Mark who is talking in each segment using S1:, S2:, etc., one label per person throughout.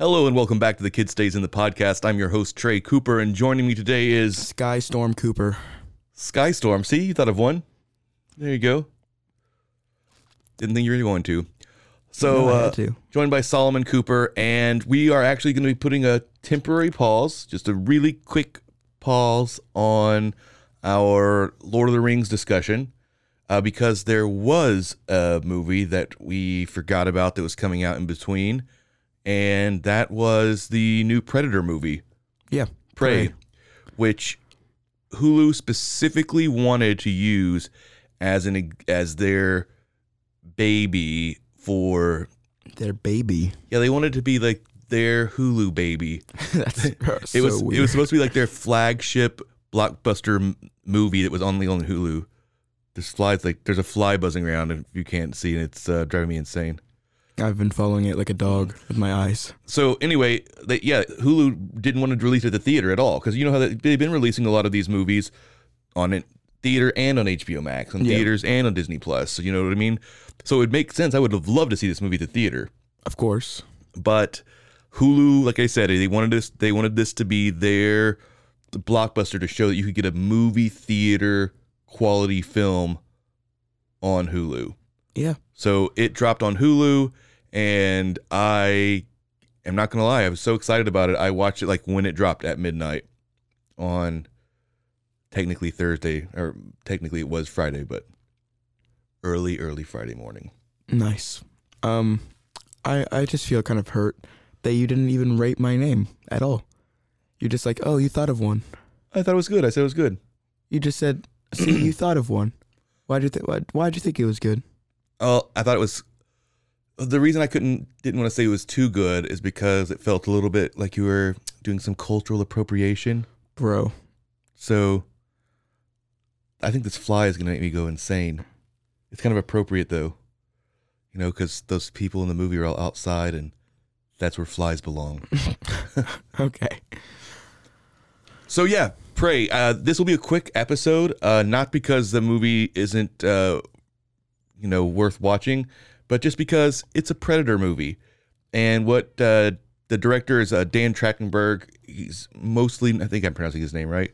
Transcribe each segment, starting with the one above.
S1: Hello and welcome back to the Kid Stays in the podcast. I'm your host Trey Cooper, and joining me today is
S2: Sky Storm Cooper.
S1: Skystorm. See, you thought of one. There you go. Didn't think you were going to. So,
S2: No, I had
S1: uh,
S2: to.
S1: joined by Solomon Cooper, and we are actually going to be putting a temporary pause, just a really quick pause on our Lord of the Rings discussion, uh, because there was a movie that we forgot about that was coming out in between, and that was the new Predator movie.
S2: Yeah.
S1: Prey, which Hulu specifically wanted to use as an as their baby for
S2: Their baby.
S1: yeah they wanted to be like their Hulu baby.
S2: That's so
S1: it was
S2: weird.
S1: it was supposed to be like their flagship blockbuster m- movie that was only on Hulu. There's flies like there's a fly buzzing around if you can't see and it's uh, driving me insane.
S2: I've been following it like a dog with my eyes.
S1: So anyway, they, yeah, Hulu didn't want to release it at the theater at all because you know how they- they've been releasing a lot of these movies on it theater and on HBO Max, on
S2: Yeah.
S1: theaters and on Disney Plus. So you know what I mean. So it would make sense. I would have loved to see this movie at the theater,
S2: Of course.
S1: but Hulu, like I said, they wanted this. They wanted this to be their blockbuster to show that you could get a movie theater quality film on Hulu.
S2: Yeah.
S1: So it dropped on Hulu, and I am not gonna lie, I was so excited about it. I watched it like when it dropped at midnight on technically Thursday, or technically it was Friday, but early, early Friday morning.
S2: Nice. Um, I I just feel kind of hurt that you didn't even rate my name at all. You're just like, oh, you thought of one.
S1: I thought it was good. I said it was good.
S2: You just said, see, you thought of one. Why do you think? Why why'd you think it was good?
S1: Oh, I thought it was. The reason I couldn't didn't want to say it was too good is because it felt a little bit like you were doing some cultural appropriation.
S2: Bro,
S1: So I think this fly is going to make me go insane. It's kind of appropriate though, you know, because those people in the movie are all outside and that's where flies belong.
S2: okay.
S1: so yeah, pray. Uh, this will be a quick episode, uh, not because the movie isn't, uh, you know, worth watching, but just because it's a Predator movie. And what uh, the director is uh, Dan Trachtenberg. He's mostly, I think I'm pronouncing his name right.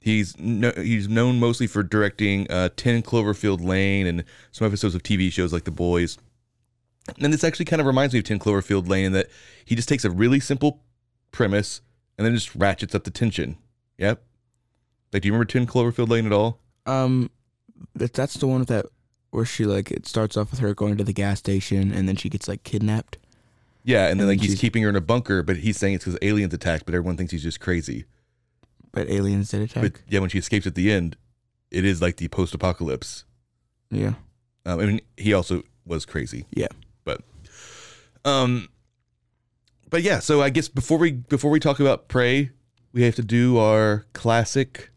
S1: He's no, he's known mostly for directing uh, Ten Cloverfield Lane and some episodes of TV shows like The Boys. And this actually kind of reminds me of Ten Cloverfield Lane in that he just takes a really simple premise and then just ratchets up the tension. Yep. Like, do you remember Ten Cloverfield Lane at all?
S2: Um, that that's the one with that where she like it starts off with her going to the gas station and then she gets like kidnapped.
S1: Yeah, and then
S2: And
S1: like he's
S2: she's-
S1: keeping her in a bunker, but he's saying it's because aliens attacked, but everyone thinks he's just crazy.
S2: But aliens did attack.
S1: But yeah, when she escapes at the end, it is like the post-apocalypse.
S2: yeah.
S1: Um, I mean, he also was crazy.
S2: Yeah.
S1: but um, but yeah. So I guess before we before we talk about prey, we have to do our classic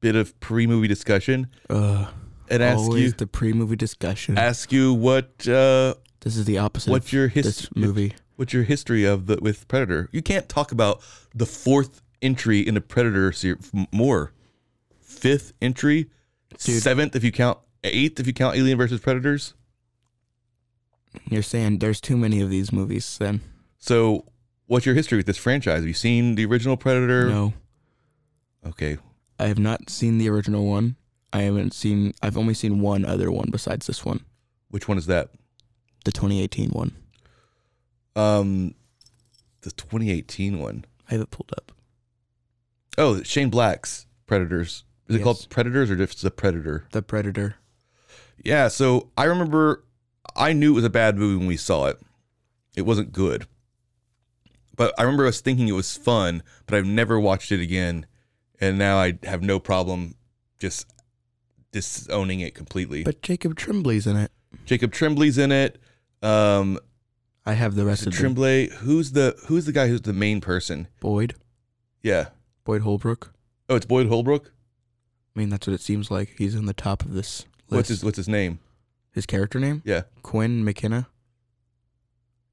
S1: bit of pre-movie discussion
S2: Uh,
S1: and ask
S2: always
S1: you
S2: the pre-movie discussion.
S1: ask you what uh
S2: this is the opposite.
S1: what's
S2: of
S1: your
S2: This
S1: history
S2: movie.
S1: What's your history of the with Predator? You can't talk about the fourth entry in the Predator series more. Fifth entry,
S2: Dude.
S1: seventh if you count eighth if you count Alien versus Predators.
S2: You're saying there's too many of these movies. Then
S1: So, what's your history with this franchise? Have you seen the original Predator?
S2: no,
S1: Okay.
S2: I have not seen the original one. I haven't seen. I've only seen one other one besides this one,
S1: Which one is that?
S2: the 2018 one.
S1: Um, the 2018 one.
S2: I have it pulled up.
S1: Oh, Shane Black's Predators. Is it
S2: Yes.
S1: called Predators or just the Predator?
S2: The Predator.
S1: Yeah, so I remember I knew it was a bad movie when we saw it. It wasn't good. But I remember us thinking it was fun, but I've never watched it again. And now I have no problem just disowning it completely.
S2: But Jacob Tremblay's in it.
S1: Jacob Tremblay's in it. Um
S2: I have the rest
S1: so
S2: of them.
S1: Tremblay, who's the who's the guy who's the main person?
S2: Boyd.
S1: Yeah.
S2: Boyd Holbrook.
S1: Oh, it's Boyd Holbrook?
S2: I mean, that's what it seems like. He's in the top of this list.
S1: What's his what's his name?
S2: his character name?
S1: Yeah.
S2: Quinn McKenna.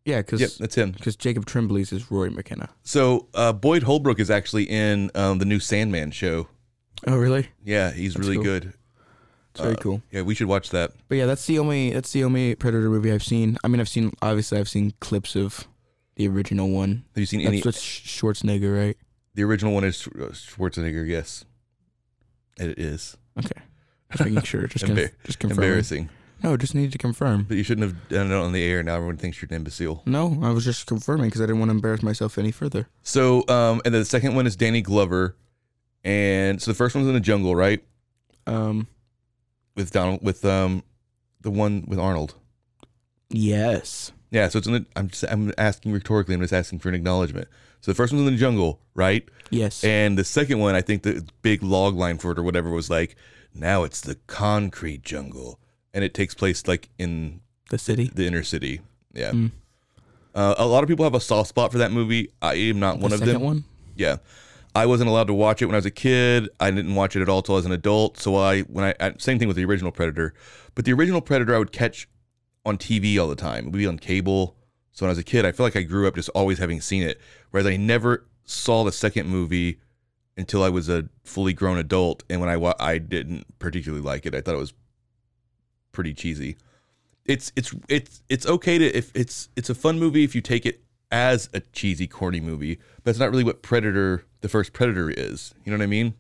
S2: Yeah, because
S1: Yep, that's him.
S2: Jacob Tremblay's is Roy McKenna.
S1: So uh, Boyd Holbrook is actually in um, the new Sandman show.
S2: Oh, really?
S1: Yeah, he's
S2: That's
S1: really
S2: cool.
S1: good.
S2: It's very
S1: Uh,
S2: cool.
S1: Yeah, we should watch that.
S2: But yeah, that's the only that's the only Predator movie I've seen. I mean, I've seen obviously I've seen clips of the original one.
S1: Have you seen
S2: That's
S1: any?
S2: what's Sch- Schwarzenegger, right?
S1: The original one is Schwar- uh, Schwarzenegger. Yes, it is
S2: Okay, just making sure. Just conf-
S1: Embar-
S2: just confirm.
S1: embarrassing.
S2: No, just needed to confirm.
S1: But you shouldn't have done it on the air. Now everyone thinks you're an imbecile.
S2: No, I was just confirming because I didn't want to embarrass myself any further.
S1: So, um, and then the second one is Danny Glover, and so the first one's in the jungle, right?
S2: Um,
S1: With Donald, with um, the one with Arnold.
S2: yes.
S1: Yeah, so it's in the. I'm just, I'm asking rhetorically. I'm just asking for an acknowledgement. So the first one's in the jungle, right?
S2: Yes.
S1: And the second one, I think the big log line for it or whatever was like, now it's the concrete jungle, and it takes place like in
S2: the city.
S1: the inner city. Yeah.
S2: Mm.
S1: Uh, a lot of people have a soft spot for that movie. I am not one
S2: the
S1: of
S2: second
S1: them.
S2: one.
S1: Yeah. I wasn't allowed to watch it when I was a kid. I didn't watch it at all till I was an adult. So I when I, I same thing with the original Predator, but the original Predator I would catch on TV all the time. It would be on cable. So when I was a kid, I feel like I grew up just always having seen it. Whereas I never saw the second movie until I was a fully grown adult, and when I wa- I didn't particularly like it. I thought it was pretty cheesy. It's it's it's it's okay to if it's it's a fun movie if you take it as a cheesy corny movie, but it's not really what Predator the first Predator is. You know what I mean?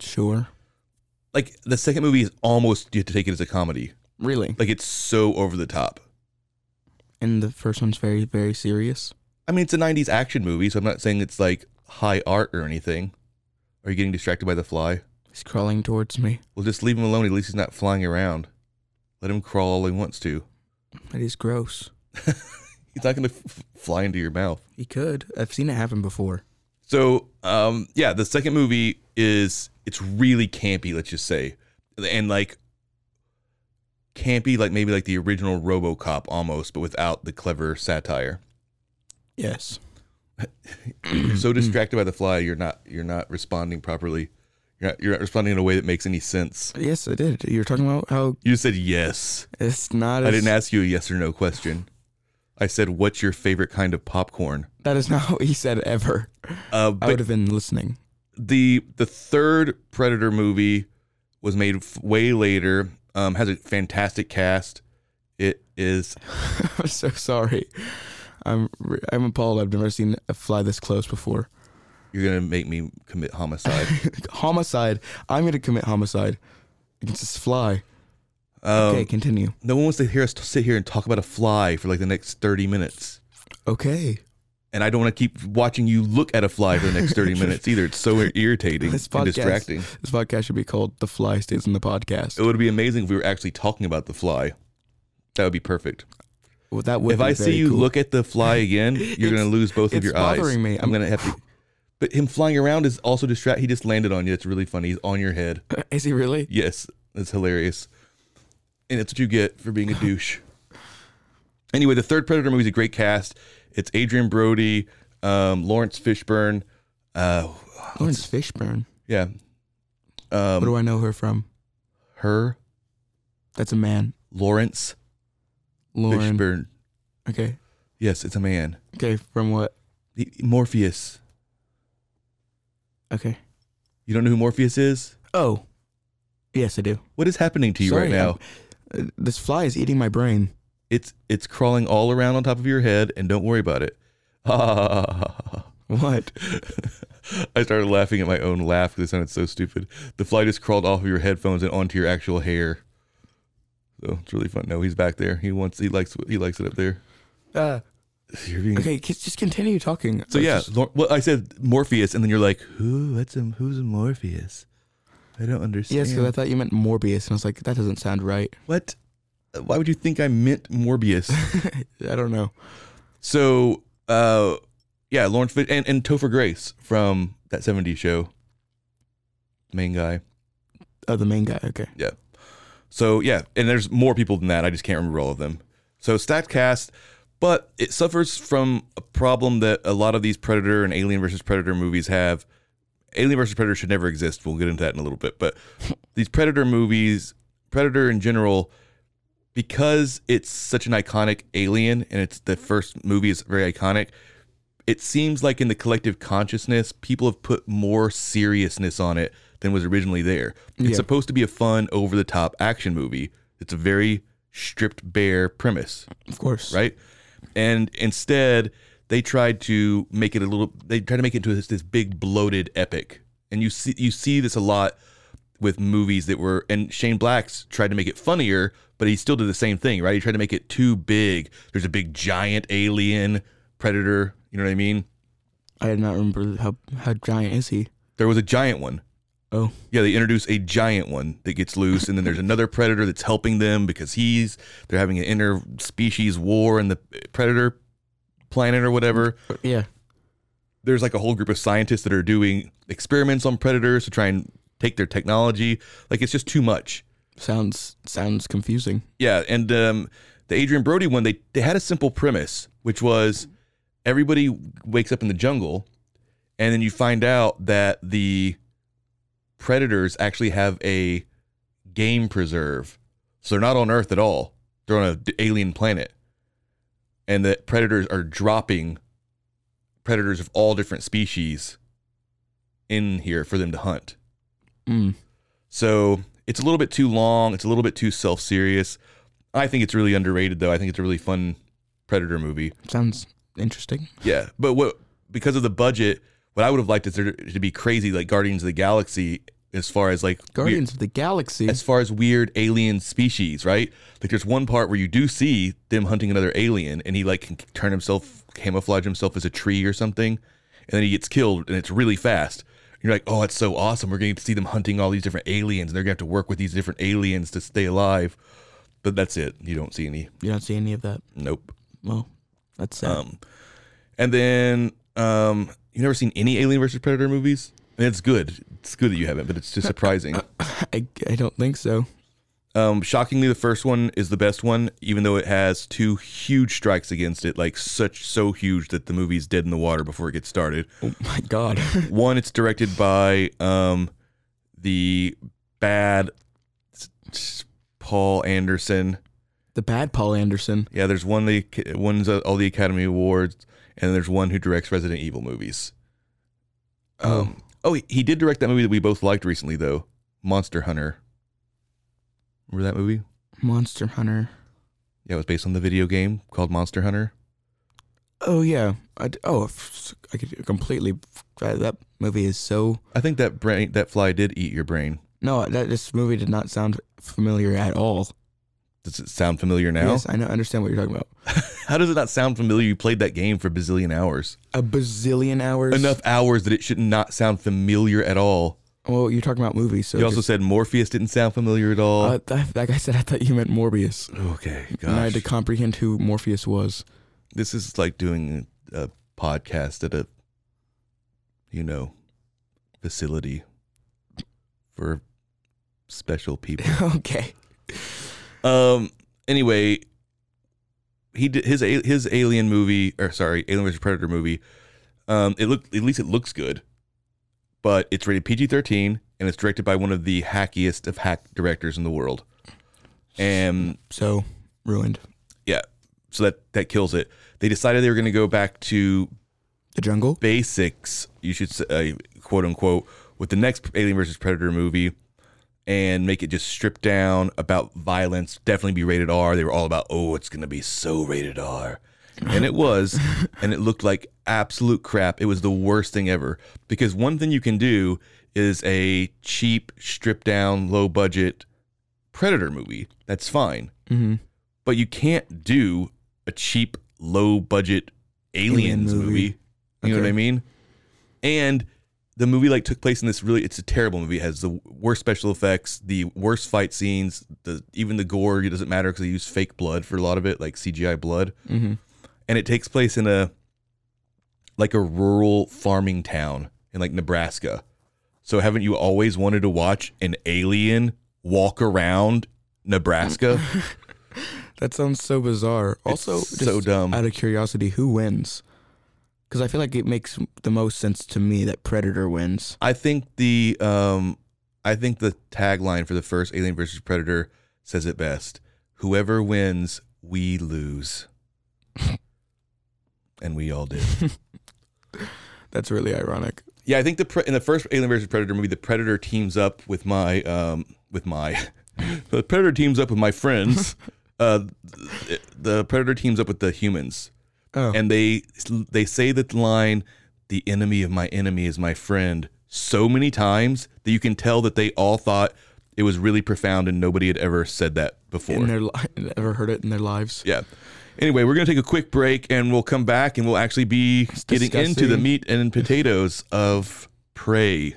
S2: Sure.
S1: Like the second movie is almost you have to take it as a comedy.
S2: Really.
S1: Like it's so over the top.
S2: And the first one's very very serious.
S1: I mean, it's a 90s action movie, so I'm not saying it's like high art or anything. Are you getting distracted by the fly?
S2: He's crawling towards me.
S1: Well, just leave him alone. At least he's not flying around. Let him crawl all he wants to.
S2: That is gross.
S1: He's not going to f- fly into your mouth.
S2: He could. I've seen it happen before.
S1: So, um, yeah, the second movie is it's really campy, let's just say, and like campy, like maybe like the original RoboCop almost, but without the clever satire.
S2: Yes.
S1: You're so distracted by the fly, you're not you're not responding properly. You're not, you're not responding in a way that makes any sense.
S2: Yes, I did. You're talking about how
S1: You said yes.
S2: it's not. As,
S1: I didn't ask you a yes or no question. I said, "What's your favorite kind of popcorn?"
S2: That is not what he said ever.
S1: Uh,
S2: I would have been listening.
S1: the the third Predator movie was made f- way later. Um, has a fantastic cast. It is
S2: I'm so sorry. I'm re- I'm appalled. I've never seen a fly this close before.
S1: you're gonna make me commit homicide.
S2: homicide. I'm gonna commit homicide against this fly. okay, continue.
S1: Um, no one wants to hear us t- sit here and talk about a fly for like the next thirty minutes,
S2: Okay.
S1: and I don't want to keep watching you look at a fly for the next thirty minutes either. It's so irritating
S2: This
S1: and
S2: podcast.
S1: distracting.
S2: This podcast should be called "The Fly Stays in the
S1: It
S2: Podcast."
S1: would be amazing if we were actually talking about the fly. That would be perfect.
S2: Well, that would.
S1: if
S2: be
S1: I
S2: very
S1: see you
S2: cool.
S1: look at the fly again, you're
S2: It's-
S1: gonna lose both of
S2: it's
S1: your eyes.
S2: bothering me.
S1: I'm, gonna have to. But him flying around is also distract. He just landed on you. It's really funny. He's on your head.
S2: is he really?
S1: Yes, that's hilarious. And it's what you get for being a douche. Anyway, the third Predator movie is a great cast. It's Adrian Brody, um, Lawrence Fishburne. Uh,
S2: Lawrence Fishburne.
S1: yeah,
S2: What do
S1: um,
S2: I know her from?
S1: her
S2: That's a man.
S1: Lawrence
S2: Lauren.
S1: Fishburne.
S2: Okay.
S1: Yes, it's a man.
S2: Okay. From what?
S1: He- Morpheus.
S2: Okay.
S1: You don't know who Morpheus is?
S2: Oh. Yes, I do.
S1: What is happening to you
S2: Sorry,
S1: right now?
S2: I'm- uh, this fly is eating my brain.
S1: It's it's crawling all around on top of your head, and don't worry about it. Ha, ha, ha, ha, ha, ha.
S2: What?
S1: I started laughing at my own laugh because it sounded so stupid. The fly just crawled off of your headphones and onto your actual hair. So it's really fun. No, he's back there. He wants. He likes. He likes it up there.
S2: Uh,
S1: You're being
S2: okay, c- just continue talking.
S1: So
S2: I was
S1: yeah,
S2: just-
S1: Lor well, I said Morpheus, and then you're like, who? That's a, who's a Morpheus? I don't understand.
S2: yes, because I thought you meant Morbius, and I was like, that doesn't sound right.
S1: what? Why would you think I meant Morbius?
S2: I don't know.
S1: so, uh, yeah, Lawrence Fish and and Topher Grace from that '70s show, main guy.
S2: Oh, the main guy. Okay.
S1: Yeah. So yeah, and there's more people than that. I just can't remember all of them. So stacked cast, but it suffers from a problem that a lot of these Predator and Alien versus Predator movies have. Alien versus Predator should never exist. We'll get into that in a little bit, but these Predator movies, Predator in general, because it's such an iconic alien and it's the first movie is very iconic, it seems like in the collective consciousness, people have put more seriousness on it than was originally there. It's
S2: Yeah.
S1: supposed to be a fun, over the top action movie. It's a very stripped bare premise,
S2: Of course.
S1: right? And instead, they tried to make it a little. They tried to make it into this, this big bloated epic, and you see you see this a lot with movies that were. And Shane Black's tried to make it funnier, but he still did the same thing, right? He tried to make it too big. There's a big giant alien predator. You know what I mean?
S2: I did not remember how how giant is he.
S1: There was a giant one.
S2: Oh,
S1: Yeah, they introduce a giant one that gets loose, and then there's another predator that's helping them because he's they're having an interspecies war in the predator planet or whatever.
S2: yeah.
S1: There's like a whole group of scientists that are doing experiments on predators to try and take their technology. Like it's just too much.
S2: Sounds sounds confusing.
S1: Yeah, and um, the Adrian Brody one, they they had a simple premise, which was everybody wakes up in the jungle, and then you find out that the predators actually have a game preserve, so they're not on Earth at all. They're on an alien planet, and the predators are dropping predators of all different species in here for them to hunt.
S2: Mm.
S1: So it's a little bit too long. It's a little bit too self serious. I think it's really underrated, though. I think it's a really fun Predator movie.
S2: Sounds interesting.
S1: Yeah, but what because of the budget, what I would have liked is there to be crazy like Guardians of the Galaxy as far as like weird-
S2: Guardians of the Galaxy.
S1: as far as weird alien species, right? Like there's one part where you do see them hunting another alien, and he like can turn himself, camouflage himself as a tree or something, and then he gets killed, and it's really fast. You're like, oh, it's so awesome. We're going to see them hunting all these different aliens, and they're going to have to work with these different aliens to stay alive. But that's it. You don't see any.
S2: You don't see any of that.
S1: Nope.
S2: Well, that's sad.
S1: Um, and then um, you never seen any Alien versus Predator movies. And it's good. It's good that you haven't, but it's just surprising.
S2: I, I don't think so.
S1: Um, shockingly, the first one is the best one, even though it has two huge strikes against it, like such so huge that the movie's dead in the water before it gets started.
S2: Oh my god.
S1: One, it's directed by um, the bad s- s- Paul Anderson.
S2: the bad Paul Anderson.
S1: Yeah, there's one the one's uh, all the Academy Awards, and there's one who directs Resident Evil movies. Um, oh, he, he did direct that movie that we both liked recently, though, Monster Hunter. Remember that movie?
S2: Monster Hunter.
S1: Yeah, it was based on the video game called Monster Hunter.
S2: Oh yeah. I d- oh, f- I could completely. f- That movie is so.
S1: I think that brain, that fly did eat your brain.
S2: No, that this movie did not sound familiar at all.
S1: Does it sound familiar now?
S2: Yes, I know. Understand what you're talking about.
S1: How does it not sound familiar? You played that game for a bazillion hours.
S2: A bazillion hours.
S1: Enough hours that it should not sound familiar at all.
S2: Well, you're talking about movies. So
S1: you also
S2: just-
S1: said Morpheus didn't sound familiar at all.
S2: Uh, th- like I said, I thought you meant Morbius,
S1: okay,
S2: and I had
S1: gosh.
S2: to comprehend who Morpheus was.
S1: this is like doing a podcast at a, you know, facility for special people.
S2: okay.
S1: Um. Anyway, he did his a- his alien movie, or sorry, Alien vs Predator movie. Um, it looked at least it looks good, but it's rated PG thirteen and it's directed by one of the hackiest of hack directors in the world. And
S2: So ruined
S1: yeah, so that that kills it. They decided they were going to go back to
S2: the jungle.
S1: basics, you should say, quote unquote, with the next Alien versus Predator movie and make it just stripped down about violence. Definitely be rated R. They were all about, oh, it's going to be so rated R. and it was, and it looked like absolute crap. It was the worst thing ever because one thing you can do is a cheap, stripped down, low budget predator movie. That's fine,
S2: Mm-hmm.
S1: but you can't do a cheap, low budget aliens
S2: movie.
S1: movie. You know what
S2: Okay.
S1: I mean? And the movie like took place in this really it's a terrible movie. It has the worst special effects, the worst fight scenes, the even the gore, it doesn't matter cuz they use fake blood for a lot of it, like CGI blood.
S2: Mhm.
S1: And it takes place in a like a rural farming town in like Nebraska. So haven't you always wanted to watch an alien walk around Nebraska?
S2: That sounds so bizarre. Also, just
S1: so dumb.
S2: Out of curiosity, who wins? Because I feel like it makes the most sense to me that Predator wins.
S1: I think the um, I think the tagline for the first Alien versus Predator says it best: "Whoever wins, we lose," and we all did.
S2: That's really ironic.
S1: yeah, I think the pre- in the first Alien versus Predator movie, the Predator teams up with my um, with my the Predator teams up with my friends. uh, th- the Predator teams up with the humans,
S2: Oh,
S1: and they they say that line the enemy of my enemy is my friend so many times that you can tell that they all thought it was really profound and nobody had ever said that
S2: in
S1: before
S2: their li- ever heard it in their lives?
S1: yeah anyway we're going to take a quick break and we'll come back and we'll actually be getting into the
S2: disgusting.
S1: meat and potatoes of prey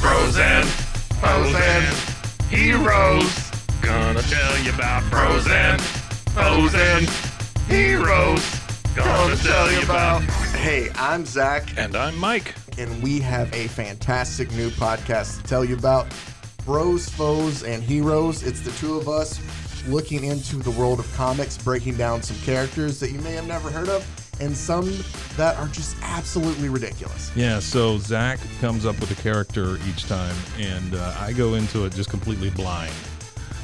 S3: Frozen, frozen heroes. Gonna tell you about frozen, frozen heroes. Gonna tell you about.
S4: Hey, I'm Zach,
S3: And I'm Mike.
S4: and we have a fantastic new podcast to tell you about Bros, Foes, and Heroes. It's the two of us looking into the world of comics, breaking down some characters that you may have never heard of, and some that are just absolutely ridiculous.
S5: Yeah, so Zach comes up with a character each time, and uh, I go into it just completely blind.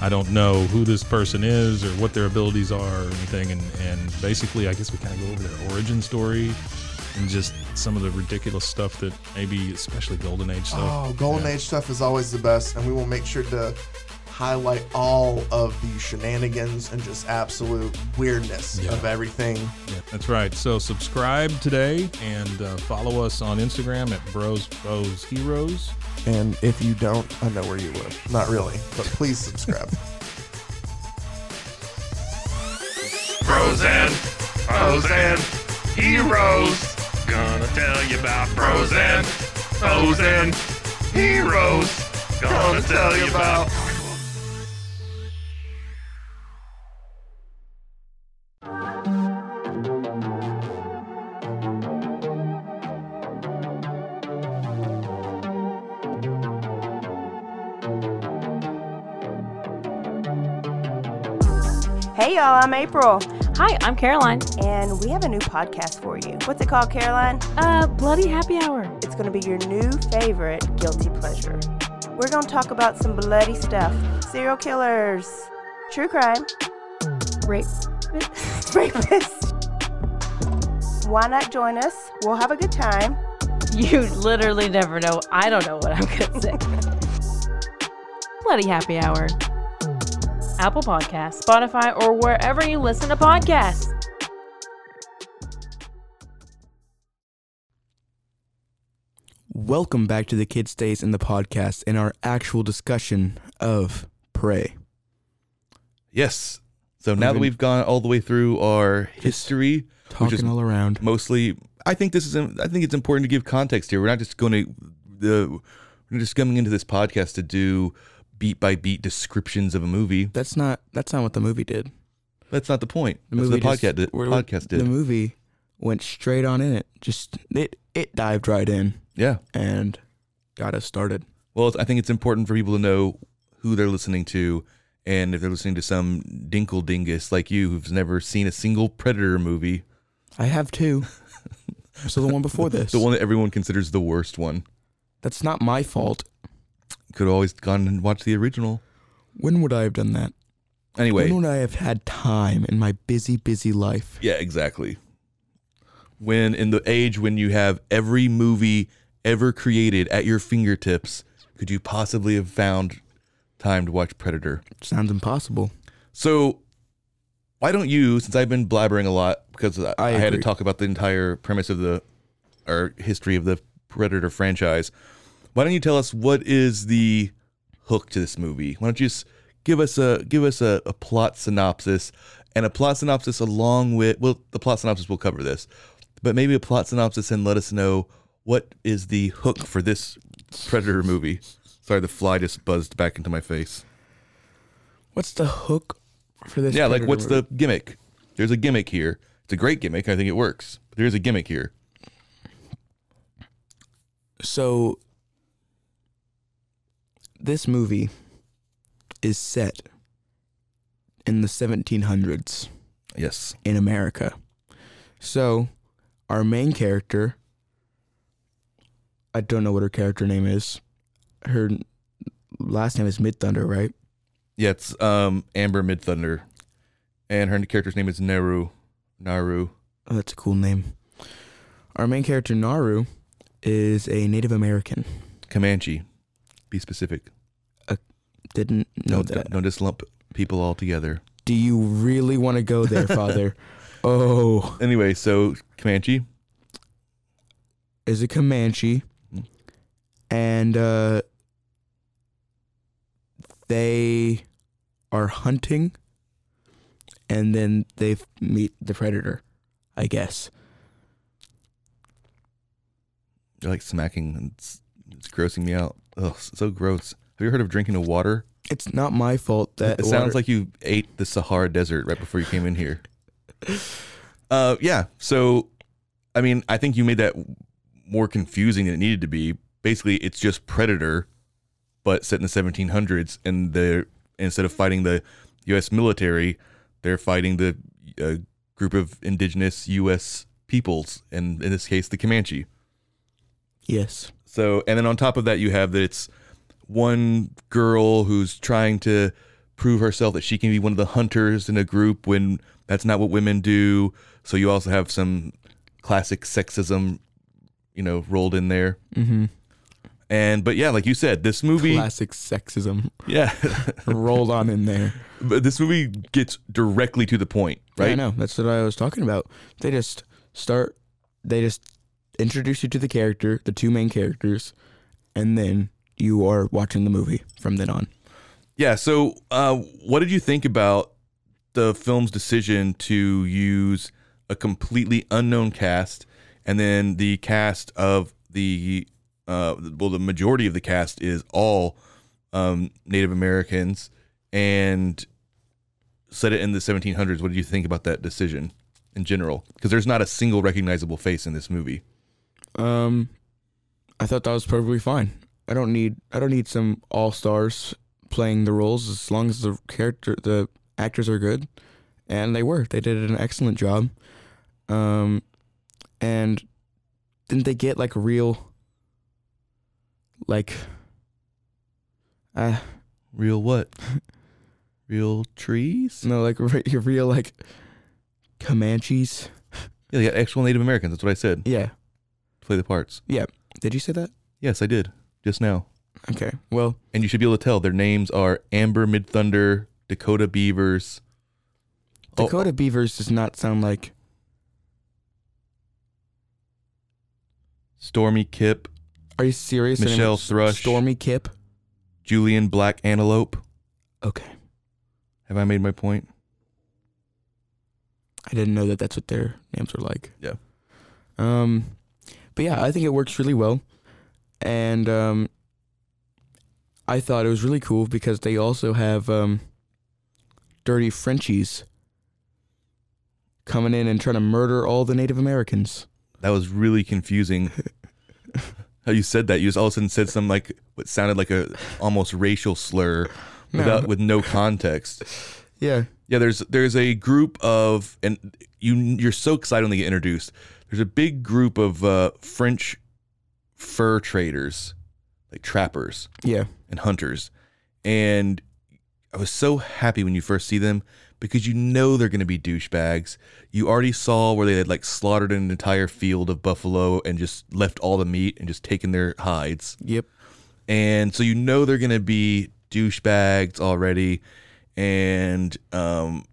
S5: I don't know who this person is or what their abilities are or anything, and, and basically, I guess we kind of go over their origin story and just some of the ridiculous stuff that maybe, especially Golden Age stuff.
S4: Oh, Golden Age stuff is always the best, and we will make sure to highlight all of the shenanigans and just absolute weirdness of everything.
S5: Yeah, that's right. So subscribe today and uh, follow us on Instagram at Bros Bros Heroes.
S4: And if you don't, I know where you live. Not really, but please subscribe.
S3: Frozen, frozen heroes. Gonna tell you about frozen, frozen heroes. Gonna tell you about.
S6: Hey y'all, I'm April,
S7: Hi, I'm Caroline.
S6: and we have a new podcast for you. What's it called, Caroline?
S7: Uh, Bloody Happy Hour.
S6: It's going to be your new favorite guilty pleasure. We're going to talk about some bloody stuff serial killers, true crime,
S7: Rape.
S6: rapists. Why not join us? We'll have a good time.
S7: You literally never know. I don't know what I'm going to say. Bloody Happy Hour. Apple Podcasts, Spotify, or wherever you listen to podcasts.
S2: Welcome back to the Kid Stays in the podcast and our actual discussion of Prey.
S1: Yes. So now that we've gone all the way through our history,
S2: talking all around,
S1: mostly, I think this is. I think it's important to give context here. We're not just going to the. We're just coming into this podcast to do beat by beat descriptions of a movie.
S2: That's not. That's not what the movie did.
S1: That's not the point. That's what the
S2: just-
S1: podcast. did-
S2: we're-
S1: podcast did.
S2: The movie went straight on in it. Just it it dived right in.
S1: Yeah.
S2: And got us started.
S1: Well, I think it's important for people to know who they're listening to, and if they're listening to some dinkle dingus like you who's never seen a single Predator movie,
S2: I have two. so the one before this.
S1: the one that everyone considers the worst one,
S2: That's not my fault.
S1: could have always gone and watched the original.
S2: When would I have done that?
S1: Anyway,
S2: When would I have had time in my busy, busy life?
S1: yeah, exactly. When in the age when you have every movie ever created at your fingertips, could you possibly have found time to watch Predator?
S2: Sounds impossible.
S1: So, why don't you, since I've been blabbering a lot because I, I had to
S2: agree.
S1: talk about the entire premise of the or history of the Predator franchise, why don't you tell us what is the hook to this movie? Why don't you just give us a give us a, a plot synopsis and a plot synopsis along with well the plot synopsis will cover this, but maybe a plot synopsis and let us know what is the hook for this Predator movie. Sorry, the fly just buzzed back into my face.
S2: What's the hook for this?
S1: Yeah, like
S2: Predator
S1: what's
S2: movie?
S1: the gimmick? There's a gimmick here. It's a great gimmick. I think it works. But there is a gimmick here.
S2: So this movie is set in the 1700s
S1: Yes.
S2: in America. So our main character I don't know what her character name is. Her last name is Mid Thunder, right?
S1: Yeah, it's um Amber Mid Thunder. And her character's name is Neru. Naru.
S2: Oh, that's a cool name. Our main character Naru is a Native American.
S1: Comanche. Be specific.
S2: Didn't know
S1: Don't,
S2: that.
S1: don't just lump people all together.
S2: Do you really want to go there, father? oh.
S1: Anyway, so Comanche.
S2: is a Comanche, and uh, they are hunting, and then they f- meet the predator, I guess.
S1: You're like smacking and it's, it's grossing me out. Ugh, so gross. Have you heard of drinking a water?
S2: It's not my fault that
S1: it sounds like you ate the Sahara Desert right before you came in here. Uh, yeah. So, I mean, I think you made that more confusing than it needed to be. Basically, it's just Predator, but set in the 1700s, and the instead of fighting the U.S. military, they're fighting the uh, group of indigenous U.S. peoples, and in this case, the Comanche.
S2: yes,
S1: So, and then on top of that, you have that it's one girl who's trying to prove herself that she can be one of the hunters in a group when that's not what women do. So you also have some classic sexism, you know, rolled in there.
S2: Mhm.
S1: And but yeah, like you said, this movie,
S2: classic sexism
S1: yeah,
S2: rolled on in there.
S1: but this movie gets directly to the point,
S2: Yeah, I
S1: right?
S2: know. That's what I was talking about. They just start. They just introduce you to the character, the two main characters, and then you are watching the movie from then on.
S1: Yeah. So, uh, what did you think about the film's decision to use a completely unknown cast, and then the cast of the uh, well, the majority of the cast is all um, Native Americans, and set it in the 1700s. What did you think about that decision in general? Because there's not a single recognizable face in this movie.
S2: Um, I thought that was perfectly fine. I don't need I don't need some all stars playing the roles as long as the character the actors are good, and they were. They did an excellent job. Um, and didn't they get like real, like, uh,
S1: Real what? Real trees?
S2: no, like re- real like Comanches?
S1: Yeah, they got actual Native Americans. That's what I said.
S2: Yeah,
S1: Play the parts.
S2: yeah. Did you say that?
S1: Yes, I did just now.
S2: Okay. Well,
S1: and you should be able to tell their names are Amber Mid Thunder, Dakota Beavers. Oh,
S2: Dakota Beavers does not sound like
S1: Stormy Kip.
S2: Are you serious? Her name
S1: Michelle
S2: is
S1: Thrush.
S2: Stormy Kip.
S1: Julian Black Antelope.
S2: Okay.
S1: Have I made my point?
S2: I didn't know that that's what their names were like.
S1: Yeah.
S2: Um, but yeah, I think it works really well, and um, I thought it was really cool because they also have um, dirty Frenchies coming in and trying to murder all the Native Americans.
S1: That was really confusing. How you said that? You just all of a sudden said some like what sounded like a almost racial slur,
S2: No.
S1: without with no context.
S2: Yeah.
S1: Yeah, there's there's a group of and you you're so excited when they get introduced. There's a big group of uh, French fur traders, like trappers
S2: Yeah.
S1: and hunters, and I was so happy when you first see them because you know they're going to be douchebags. You already saw where they had like slaughtered an entire field of buffalo and just left all the meat and just taken their hides
S2: Yep.
S1: and so you know they're gonna be douchebags already and um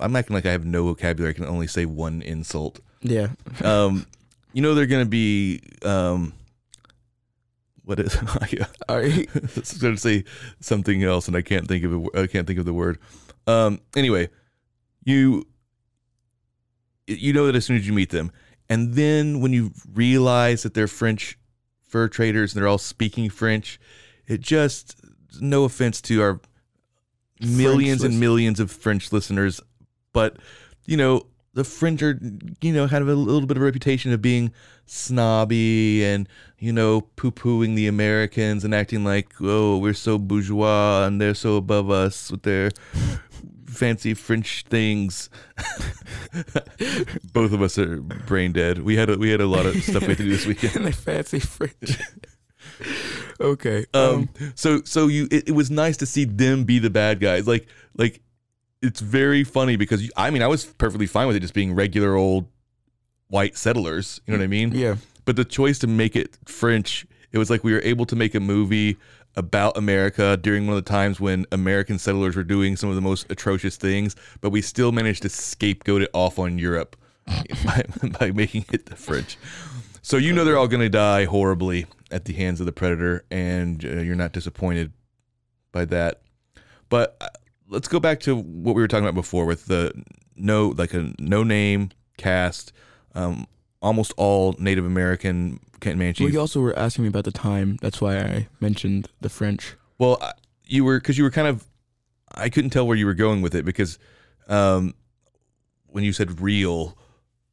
S1: i'm acting like i have no vocabulary i can only say one insult
S2: Yeah.
S1: um you know they're gonna be um what is i
S2: All right.
S1: was gonna say something else and i can't think of it i can't think of the word um anyway you you know that as soon as you meet them and then when you realize that they're french fur traders and they're all speaking french it just no offense to our millions and
S2: listen-
S1: millions of french listeners but you know the french are you know kind of a little bit of a reputation of being snobby and you know poo-pooing the americans and acting like oh we're so bourgeois and they're so above us with their fancy French things. Both of us are brain dead. We had a, we had a lot of stuff we had to do this weekend.
S2: and they fancy French. okay.
S1: Um, so so you it, it was nice to see them be the bad guys. Like like it's very funny because you, I mean I was perfectly fine with it just being regular old white settlers. You know what I mean?
S2: yeah.
S1: But the choice to make it French, it was like we were able to make a movie about America during one of the times when American settlers were doing some of the most atrocious things, but we still managed to scapegoat it off on Europe by, by making it the French. So you know they're all going to die horribly at the hands of the predator, and uh, you're not disappointed by that. But uh, let's go back to what we were talking about before with the no, like a no name cast, um, almost all Native American Comanche.
S2: Well, you also were asking me about the time. That's why I mentioned the French.
S1: Well, I- you were because you were kind of. I couldn't tell where you were going with it because um, when you said real,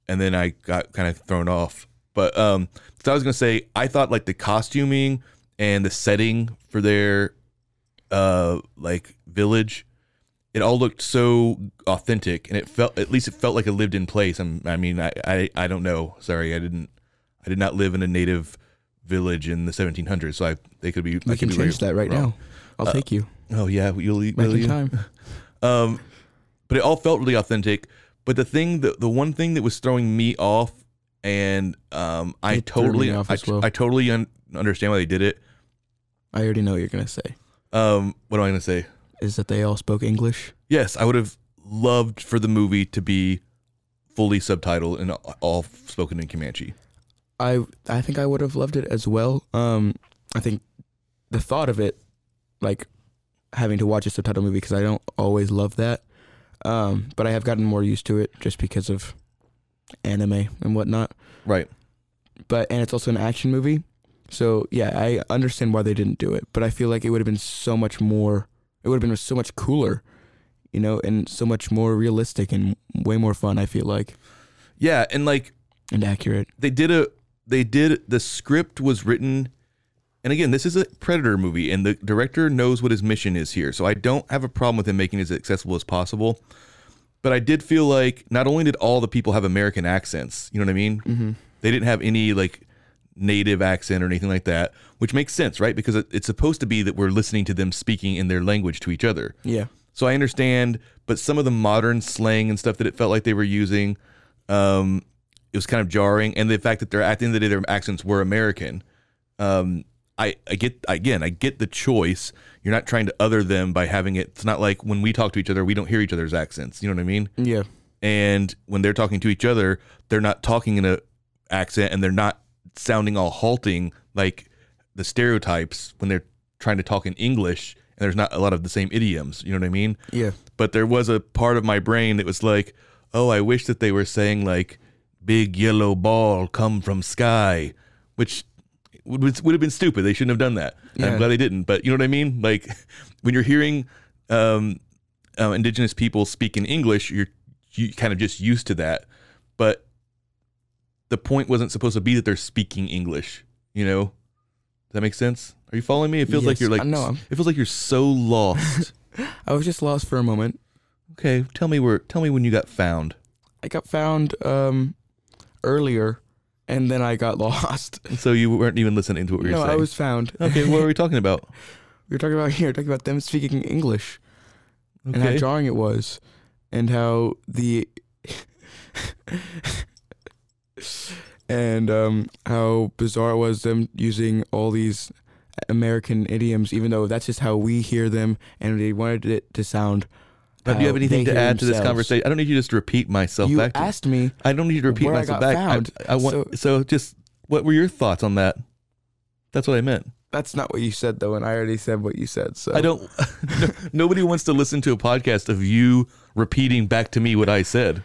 S1: and then I got kind of thrown off. But um, so I was gonna say I thought like the costuming and the setting for their uh like village, it all looked so authentic, and it felt at least it felt like a lived in place. I'm, I mean, I, I I don't know. Sorry, I didn't. I did not live in a native village in the 1700s, so I they could be. I
S2: We
S1: could
S2: can
S1: be very
S2: change that right
S1: wrong.
S2: now. Uh, I'll take you
S1: Oh yeah, you'll eat.
S2: back
S1: will
S2: in
S1: you?
S2: time.
S1: Um, but it all felt really authentic. But the thing, the, the one thing that was throwing me off, and um, I
S2: It threw me
S1: totally,
S2: off
S1: I,
S2: as well.
S1: I totally un- understand why they did it.
S2: I already know what you're gonna say
S1: Um, what am I gonna say?
S2: is that they all spoke English.
S1: Yes, I would have loved for the movie to be fully subtitled and all spoken in Comanche.
S2: I I think I would have loved it as well. Um, I think the thought of it, like having to watch a subtitle movie, because I don't always love that. Um, but I have gotten more used to it just because of anime and whatnot.
S1: Right.
S2: But and it's also an action movie, so yeah, I understand why they didn't do it. But I feel like it would have been so much more. It would have been so much cooler, you know, and so much more realistic and way more fun. I feel like
S1: Yeah, and like
S2: and accurate.
S1: they did a they did the script was written and again this is a predator movie and the director knows what his mission is here so i don't have a problem with him making it as accessible as possible but i did feel like not only did all the people have american accents you know what i mean mm-hmm. they didn't have any like native accent or anything like that which makes sense right because it- it's supposed to be that we're listening to them speaking in their language to each other
S2: Yeah.
S1: so I understand, but some of the modern slang and stuff that it felt like they were using, um, it was kind of jarring. And the fact that they're at the end of the day, their accents were American. Um, I, I get again, I get the choice. You're not trying to other them by having it. It's not like when we talk to each other, we don't hear each other's accents. You know what I mean?
S2: Yeah.
S1: And when they're talking to each other, they're not talking in a accent, and they're not sounding all halting like the stereotypes when they're trying to talk in English and there's not a lot of the same idioms. You know what I mean?
S2: Yeah.
S1: But there was a part of my brain that was like, oh, I wish that they were saying like, big yellow ball come from sky, which would, would have been stupid. They shouldn't have done that. And I'm
S2: Yeah.
S1: glad they didn't. But you know what I mean? Like when you're hearing um, uh, indigenous people speak in English, you're you kind of just used to that. But the point wasn't supposed to be that they're speaking English. You know, does that make sense? Are you following me? It feels like
S2: Yes,
S1: you're like
S2: I know. I'm-
S1: it feels like you're so lost.
S2: I was just lost for a moment.
S1: okay, tell me where. Tell me when you got found.
S2: I got found um, earlier, and then I got lost.
S1: And so you weren't even listening to what we were
S2: no,
S1: saying.
S2: I was found.
S1: okay, what were we talking about?
S2: we were talking about here, talking about them speaking English, and how
S1: Okay.
S2: jarring it was, and how the, and um, how bizarre it was them using all these American idioms, even though that's just how we hear them, and they wanted it to sound.
S1: Now, Uh, do you
S2: how
S1: have anything
S2: they
S1: to
S2: hear
S1: add to this
S2: themselves.
S1: conversation? I don't need you just to repeat myself
S2: You
S1: back. To
S2: asked me.
S1: I don't need you to repeat
S2: where I
S1: myself
S2: got
S1: back. I-
S2: found.
S1: I, want. So, just what were your thoughts on that? That's what I meant.
S2: That's not what you said though, and I already said what you said. So
S1: I don't. no- nobody wants to listen to a podcast of you repeating back to me what I said.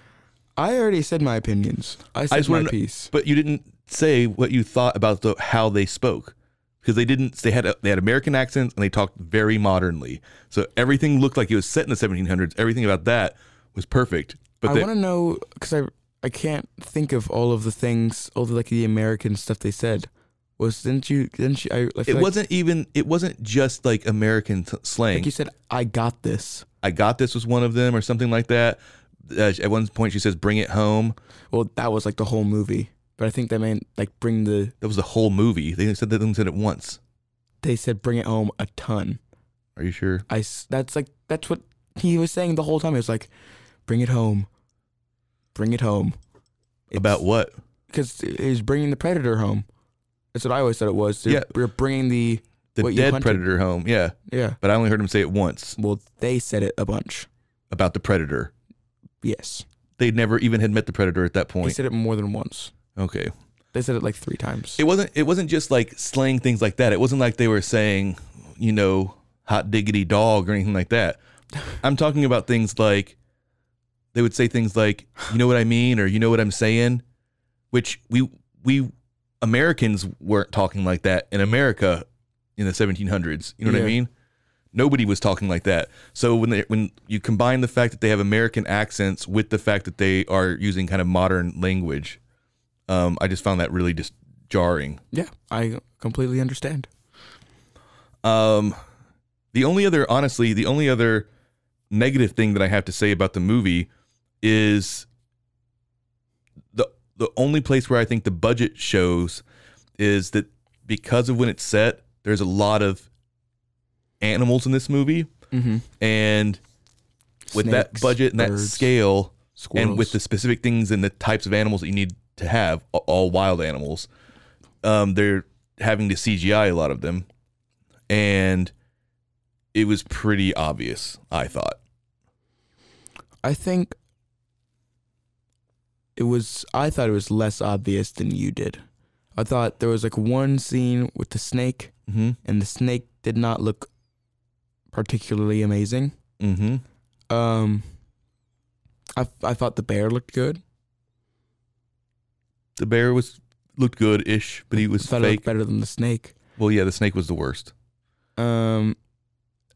S2: I already said my opinions. I said
S1: just
S2: my
S1: wanna-
S2: piece.
S1: But you didn't say what you thought about the, how they spoke because they didn't. They had a, they had American accents and they talked very modernly. So everything looked like it was set in the 1700s. Everything about that was perfect. But
S2: I
S1: they-
S2: want to know because I I can't think of all of the things, all the like the American stuff they said. Was didn't you didn't you? I, I
S1: it
S2: feel like-
S1: wasn't even. It wasn't just like American t- slang.
S2: like you said. I got this.
S1: I got this was one of them or something like that. Uh, at one point, she says, "Bring it home."
S2: Well, that was like the whole movie, but I think that meant like bring the.
S1: That was the whole movie. They said that they said it once.
S2: They said bring it home a ton.
S1: Are you sure?
S2: I s- that's like that's what he was saying the whole time. It was like, bring it home, bring it home.
S1: About what?
S2: Because he's bringing the predator home. That's what I always said it was. They're,
S1: Yeah.
S2: we're bringing the
S1: The
S2: what you
S1: dead
S2: hunted.
S1: predator home. Yeah,
S2: Yeah.
S1: but I only heard him say it once
S2: Well, they said it a bunch.
S1: about the predator.
S2: Yes.
S1: They never even had met the predator at that
S2: They
S1: point.
S2: said it more than once.
S1: Okay,
S2: They said it like three times.
S1: it wasn't. It wasn't just like slang things like that. It wasn't like they were saying, you know, hot diggity dog or anything like that. I'm talking about things like they would say things like, you know what I mean, or you know what I'm saying, which we we Americans weren't talking like that in America in the 1700s. You know what I
S2: Yeah.
S1: mean? Nobody was talking like that. So when they when you combine the fact that they have American accents with the fact that they are using kind of modern language, um, I just found that really just jarring.
S2: yeah, I completely understand.
S1: Um, the only other, honestly, the only other negative thing that I have to say about the movie is the the only place where I think the budget shows is that because of when it's set, there's a lot of animals in this movie,
S2: Mm-hmm.
S1: and with that
S2: Snakes,
S1: budget and that
S2: birds,
S1: scale, and with
S2: squirrels.
S1: the specific things and the types of animals that you need to have, a- all wild animals, um, they're having to CGI a lot of them, and it was pretty obvious. I thought.
S2: I think it was. I thought it was less obvious than you did. I thought there was like one scene with the snake,
S1: Mm-hmm.
S2: and the snake did not look particularly amazing.
S1: Mm-hmm.
S2: Um, I I thought the bear looked good.
S1: The bear was looked good ish, but he
S2: I
S1: was
S2: thought it
S1: fake.
S2: looked better than the snake.
S1: well, yeah, the snake was the worst.
S2: Um,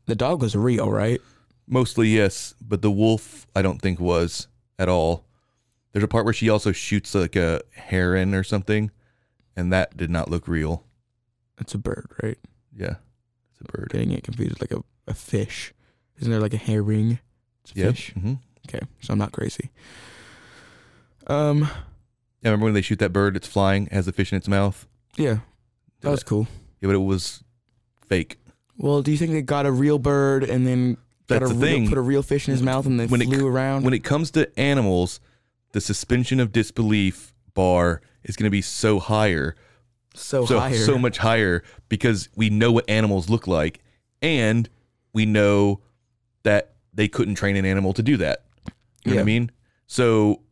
S2: the dog was real, right?
S1: Mostly yes, but the wolf I don't think was at all. There's a part where she also shoots like a heron or something, and that did not look real.
S2: It's a bird, right?
S1: Yeah, it's a bird.
S2: Getting it confused, like a, a fish. Isn't there like a herring? It's a
S1: Yep.
S2: fish.
S1: Mm-hmm.
S2: Okay, so I'm not crazy. Um,
S1: Yeah, remember when they shoot that bird? It's flying, has a fish in its mouth.
S2: yeah, that was cool.
S1: Yeah, but it was fake.
S2: Well, do you think they got a real bird and then got
S1: That's
S2: a
S1: the
S2: real-
S1: thing.
S2: put a real fish in his mouth and they
S1: When it
S2: flew
S1: c-
S2: around?
S1: When it comes to animals, the suspension of disbelief bar is going to be so higher,
S2: so,
S1: so
S2: higher.
S1: so much higher because we know what animals look like, and we know that they couldn't train an animal to do that. You know what I
S2: Yeah.
S1: mean? So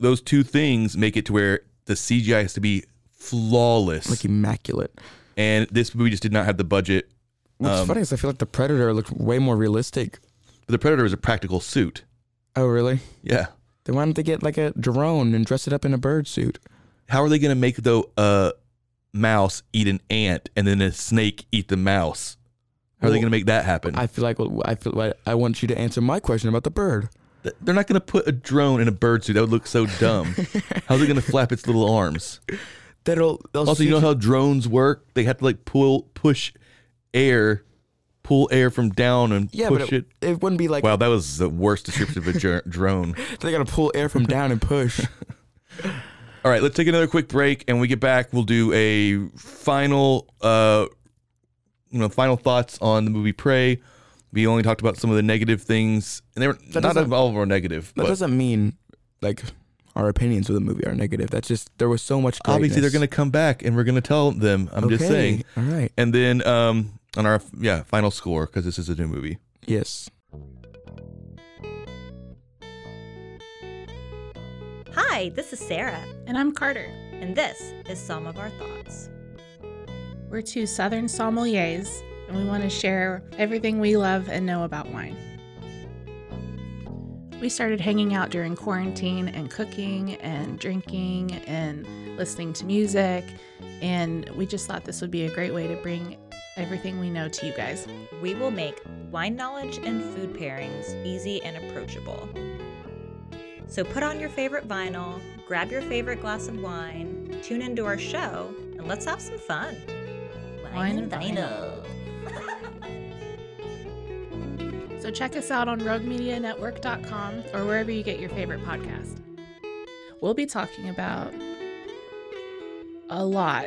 S1: those two things make it to where the CGI has to be flawless,
S2: like immaculate.
S1: And this movie just did not have the budget.
S2: What's
S1: Um,
S2: funny is I feel like the Predator looked way more realistic.
S1: The Predator is a practical suit.
S2: Oh, really?
S1: Yeah.
S2: Then why don't they get like a drone and dress it up in a bird suit?
S1: How are they going to make though a mouse eat an ant and then a snake eat the mouse? How are they
S2: Well,
S1: going to make that happen?
S2: I feel like well, I feel like I want you to answer my question about the bird.
S1: Th- They're not going to put a drone in a bird suit. That would look so dumb. How's it going to flap its little arms?
S2: That'll they'll
S1: Also, you know
S2: CG
S1: how drones work? They have to like pull, push air, pull air from down and
S2: yeah,
S1: push
S2: but
S1: it.
S2: it, it wouldn't be like
S1: wow, that was the worst description of a ger- drone.
S2: they gotta pull air from down and push.
S1: All right, let's take another quick break, and when we get back, we'll do a final, uh, you know, final thoughts on the movie Prey. We only talked about some of the negative things, and they were
S2: That
S1: not
S2: doesn't-
S1: all of them were negative.
S2: That
S1: but
S2: doesn't mean like our opinions of the movie are negative. That's just there was so much. Greatness.
S1: obviously, they're going to come back, and we're going to tell them. I'm just
S2: Okay,
S1: saying.
S2: All right.
S1: And then um, on our yeah final score because this is a new movie.
S2: Yes.
S8: Hi, this is Sarah,
S9: And I'm Carter.
S8: and this is some of our thoughts.
S9: We're two Southern sommeliers, and we want to share everything we love and know about wine. We started hanging out during quarantine and cooking and drinking and listening to music, and we just thought this would be a great way to bring everything we know to you guys.
S8: We will make wine knowledge and food pairings easy and approachable. So put on your favorite vinyl, grab your favorite glass of wine, tune into our show, and let's have some fun.
S9: Wine and vinyl. So check us out on roguemedianetwork.com or wherever you get your favorite podcast. We'll be talking about a lot.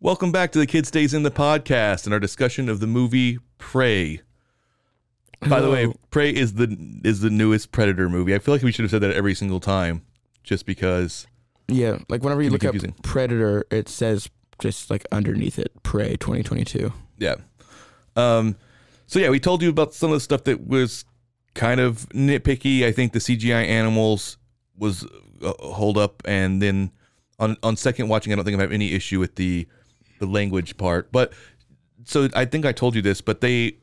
S1: Welcome back to the Kid Stays in the podcast and our discussion of the movie Prey. By the way,
S2: Hello.
S1: Prey is the is the newest Predator movie. I feel like we should have said that every single time, just because.
S2: Yeah, like whenever you
S1: Can
S2: look
S1: be
S2: up
S1: confusing.
S2: Predator, it says just like underneath it, Prey 2022.
S1: Yeah. Um, so yeah, we told you about some of the stuff that was kind of nitpicky. I think the CGI animals was uh, hold up, and then on on second watching, I don't think I have any issue with the the language part. But so I think I told you this, but they.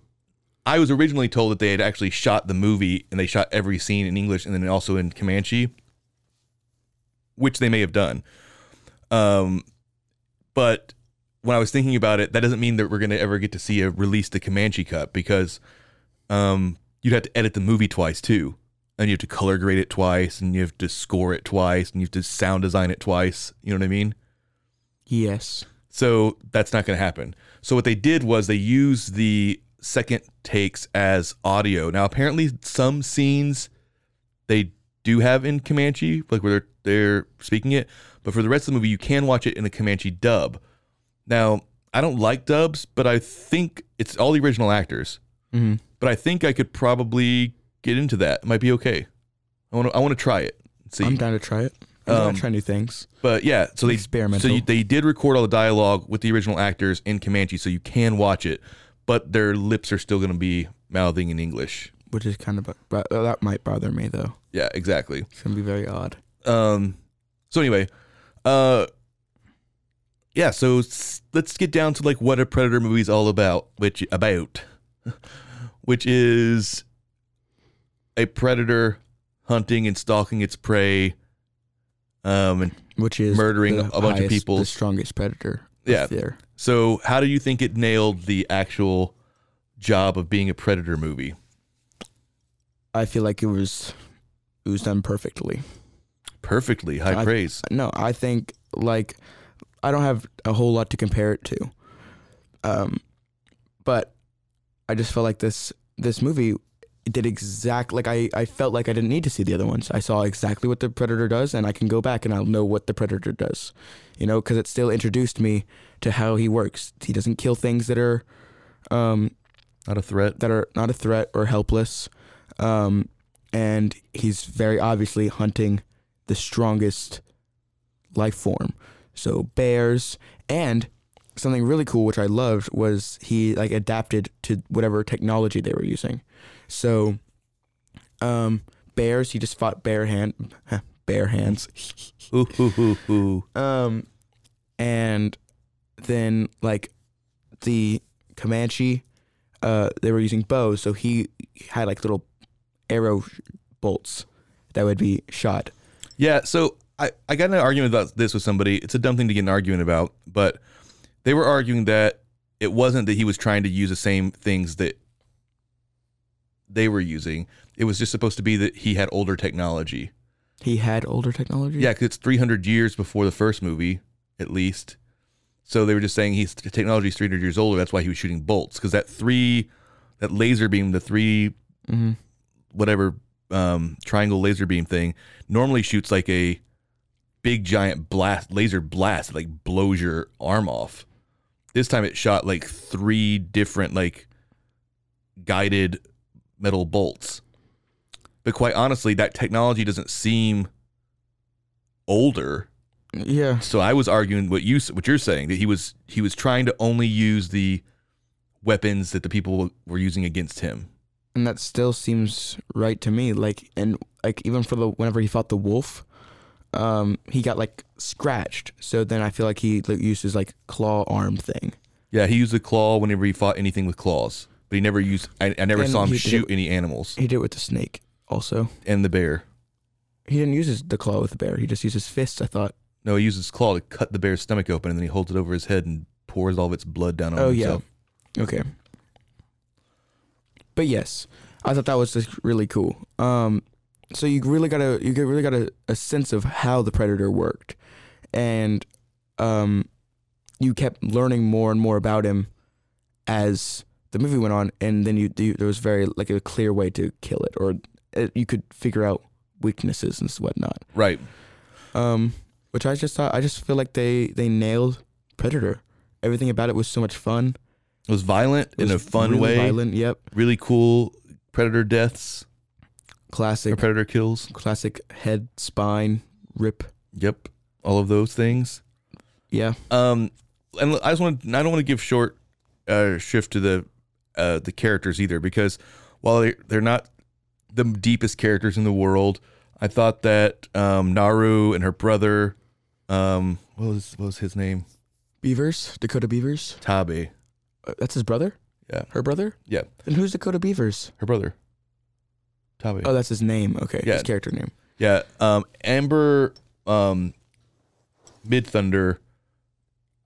S1: I was originally told that they had actually shot the movie and they shot every scene in English and then also in Comanche, which they may have done. Um, but when I was thinking about it, that doesn't mean that we're gonna ever get to see a release the Comanche cut because um, you'd have to edit the movie twice too, and you have to color grade it twice, and you have to score it twice, and you have to sound design it twice. You know what I mean?
S2: Yes.
S1: So that's not going to happen. So what they did was they used the second takes as audio. Now apparently some scenes they do have in Comanche, like where they're they're speaking it, but for the rest of the movie you can watch it in the Comanche dub. Now I don't like dubs, but I think it's all the original actors.
S2: Mhm.
S1: But I think I could probably get into that. It might be okay. I want to I want to try it. See,
S2: I'm down to try it. I'm down
S1: Um,
S2: to try new things.
S1: but yeah, so they
S2: Experimental.
S1: So you, they did record all the dialogue with the original actors in Comanche, so you can watch it, but their lips are still going to be mouthing in English.
S2: Which is kind of, a, but that uh, might bother me though.
S1: Yeah, exactly.
S2: It's gonna be very odd.
S1: Um. So anyway, uh, yeah. So s- let's get down to like what a predator movie is all about, which about, which is a predator hunting and stalking its prey, um, and
S2: which is
S1: murdering
S2: the
S1: a bunch of
S2: highest-
S1: people.
S2: The strongest predator. of
S1: Yeah.
S2: There.
S1: So how do you think it nailed the actual job of being a predator movie?
S2: I feel like it was it was done perfectly.
S1: Perfectly, high
S2: I-
S1: praise.
S2: No, I think like I don't have a whole lot to compare it to, um, but I just felt like this this movie did exact like I I felt like I didn't need to see the other ones. I saw exactly what the predator does, and I can go back and I'll know what the predator does, you know, because it still introduced me to how he works. He doesn't kill things that are um,
S1: not a threat
S2: that are not a threat or helpless, um, and he's very obviously hunting the strongest life form. So bears and something really cool which I loved was he like adapted to whatever technology they were using. So um bears he just fought bare hand bare hands. Um and then like the Comanche uh they were using bows so he had like little arrow bolts that would be shot
S1: Yeah, so I, I got in an argument about this with somebody. It's a dumb thing to get in an argument about, but they were arguing that it wasn't that he was trying to use the same things that they were using. It was just supposed to be that he had older technology.
S2: He had older technology.
S1: Yeah, because it's 300 years before the first movie, at least. So they were just saying he's the technology's 300 years older. That's why he was shooting bolts because that three, that laser beam, the 3
S2: Mhm.
S1: whatever um, triangle laser beam thing, normally shoots like a big giant blast, laser blast, that, like blows your arm off. This time it shot like three different like guided metal bolts. But quite honestly, that technology doesn't seem older.
S2: Yeah.
S1: So I was arguing what you what you're saying that he was he was trying to only use the weapons that the people were using against him.
S2: and that still seems right to me like and like even for the whenever he fought the wolf um he got like scratched so then i feel like he like, used his like claw arm thing
S1: Yeah, he used the claw whenever he fought anything with claws, but he never used. I, I never
S2: And
S1: saw him
S2: he did
S1: shoot
S2: it-
S1: any animals
S2: he did it with the snake also
S1: and the bear.
S2: he didn't use his, the claw with the bear he just used his fists i thought
S1: No, he used his claw to cut the bear's stomach open, and then he holds it over his head and pours all of its blood down on
S2: oh
S1: himself.
S2: yeah okay but yes i thought that was just really cool um so you really got a you get- really got a, a sense of how the predator worked and um you kept learning more and more about him as the movie went on and then you, you there was very like a clear way to kill it or uh you could figure out weaknesses and whatnot
S1: right
S2: um which i just thought i just feel like they they nailed predator everything about it was so much fun
S1: It was violent
S2: It
S1: in a
S2: was
S1: fun
S2: really
S1: way.
S2: violent, yep.
S1: Really cool predator deaths.
S2: Classic
S1: Or predator kills.
S2: Classic head, spine, rip.
S1: Yep. All of those things.
S2: Yeah.
S1: Um and look, I just want I don't want to give short uh shift to the uh the characters either because while they they're not the deepest characters in the world, I thought that um Naru and her brother um what was what was his name?
S2: beavers dakota beavers
S1: Tabe.
S2: Uh, that's his brother
S1: yeah
S2: her brother
S1: Yeah.
S2: and who's dakota beavers
S1: her brother Tabe.
S2: oh that's his name okay his character name
S1: Yeah. Um, Amber um, Mid Thunder,